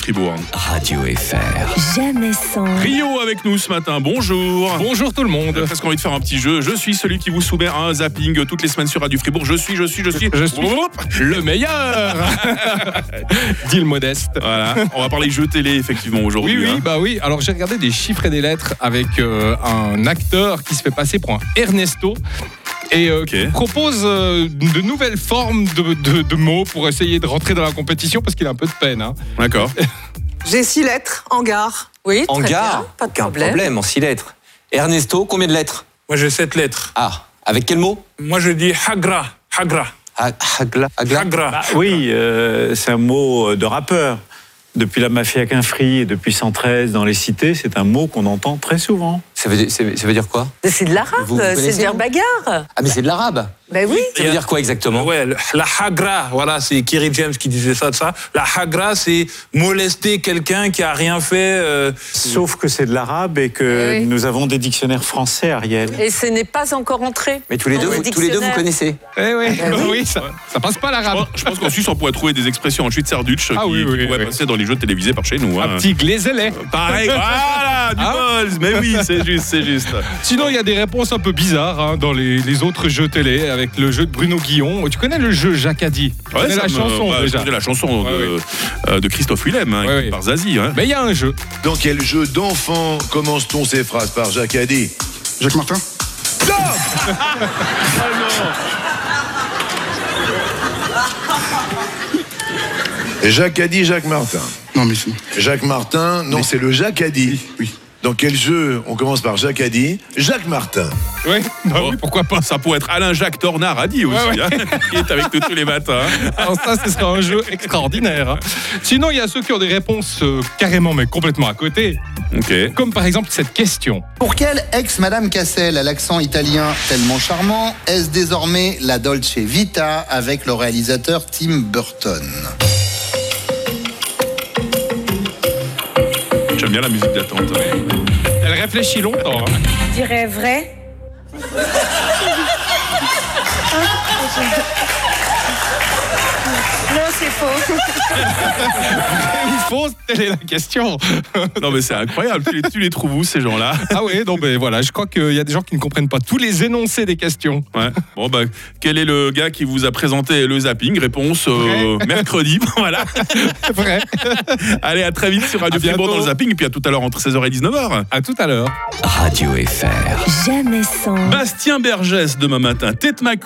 Fribourg. Radio FR. Jamais sans. Rio avec nous ce matin, bonjour Bonjour tout le monde. J'ai presque envie de faire un petit jeu. Je suis celui qui vous soumet à un zapping toutes les semaines sur Radio Fribourg. Je suis, je suis, je suis. Oh, Je suis Oups. le meilleur. Dit le modeste. Voilà, on va parler jeux télé effectivement Oui, aujourd'hui. oui, hein. bah oui. Alors j'ai regardé des chiffres et des lettres avec euh, un acteur qui se fait passer pour un Ernesto. Et euh, qui Ok. propose euh, de nouvelles formes de, de- de mots pour essayer de rentrer dans la compétition parce qu'il a un peu de peine. hein. D'accord. J'ai six lettres, hangar. Oui, très Hangar. bien, pas de Aucun problème. en six lettres. Ernesto, combien de lettres Moi, j'ai sept lettres. Ah, avec quel mot Moi, je dis hagra. Hagra. Ha- Hagla. Hagla. Hagra. Ah oui, euh, c'est un mot de rappeur. Depuis la mafia Quinfri et depuis 113 dans les cités, c'est un mot qu'on entend très souvent. Ça veut, dire- ça veut- ça veut dire quoi C'est de l'arabe, Vous- vous c'est connaissez, de dire non bagarre. Ah, mais c'est de l'arabe. Ben oui. Ça veut dire quoi exactement Bah Ouais, le- la hagra, voilà, c'est Kerry James qui disait ça de ça. La hagra, c'est molester quelqu'un qui a rien fait. euh, Sauf que c'est de l'arabe et que Oui. nous avons des dictionnaires français, Ariel. Et ce n'est pas encore entré. Mais tous les, dans deux, le vous, tous les deux, vous dictionnaire. connaissez. Eh oui, Ah bah oui. oui, ça, ça passe pas Je l'arabe. pense- Oh, Je pense qu'en Suisse, on pourrait trouver des expressions en suite sarduch Ah qui, oui, qui oui, pourraient oui. passer dans les jeux télévisés par chez nous. hein. Un petit glézelé. Pareil, voilà, du Hein bol. Mais oui, c'est juste, c'est juste. Sinon, il y a des réponses un peu bizarres hein, dans les, les autres jeux télé avec le jeu de Bruno Guillon. Tu connais le jeu Jacadi Tu Ouais, connais ça me- la chanson bah, déjà. je connais la chanson Ouais, de, euh, de Christophe Willem, hein, Ouais, écrite ouais. par Zazie. hein. Mais il y a un jeu. Dans quel jeu d'enfant commence-t-on ces phrases par Jacques Addy Jacques Martin Ah Jacques Addy, Jacques Martin. Non, mais c'est Jacques Martin, non, c'est le Jacques Addy. oui. Dans quel jeu on commence par Jacques Addy Jacques Martin. Ouais. Bah Oh, oui, pourquoi pas Ça pourrait être Alain Jacques Tornard a dit aussi, Ouais, ouais. hein, qui est avec nous tous les matins. Alors ça, ce sera un jeu extraordinaire. hein. Sinon, il y a ceux qui ont des réponses euh, carrément, mais complètement à côté. Ok. Comme par exemple cette question. Pour quelle ex-Madame Cassel à l'accent italien tellement charmant est-ce désormais la Dolce Vita avec le réalisateur Tim Burton J'aime bien la musique d'attente. hein. Elle réfléchit longtemps. hein. Je dirais vrai. Non, c'est faux. Il faut, telle est la question. Non mais c'est incroyable, tu les, tu les trouves où ces gens-là ah oui, non, mais voilà, je crois qu'il y a des gens qui ne comprennent pas tous les énoncés des questions. Ouais. Bon bah quel est le gars qui vous a présenté le zapping Réponse euh, mercredi. voilà. C'est vrai. Allez, à très vite sur Radio À bientôt. Fribourg dans le zapping et puis à tout à l'heure entre 16h et 19h. À tout à l'heure. Radio FR. Jamais sans. Bastien Bergès demain matin, Tête Mac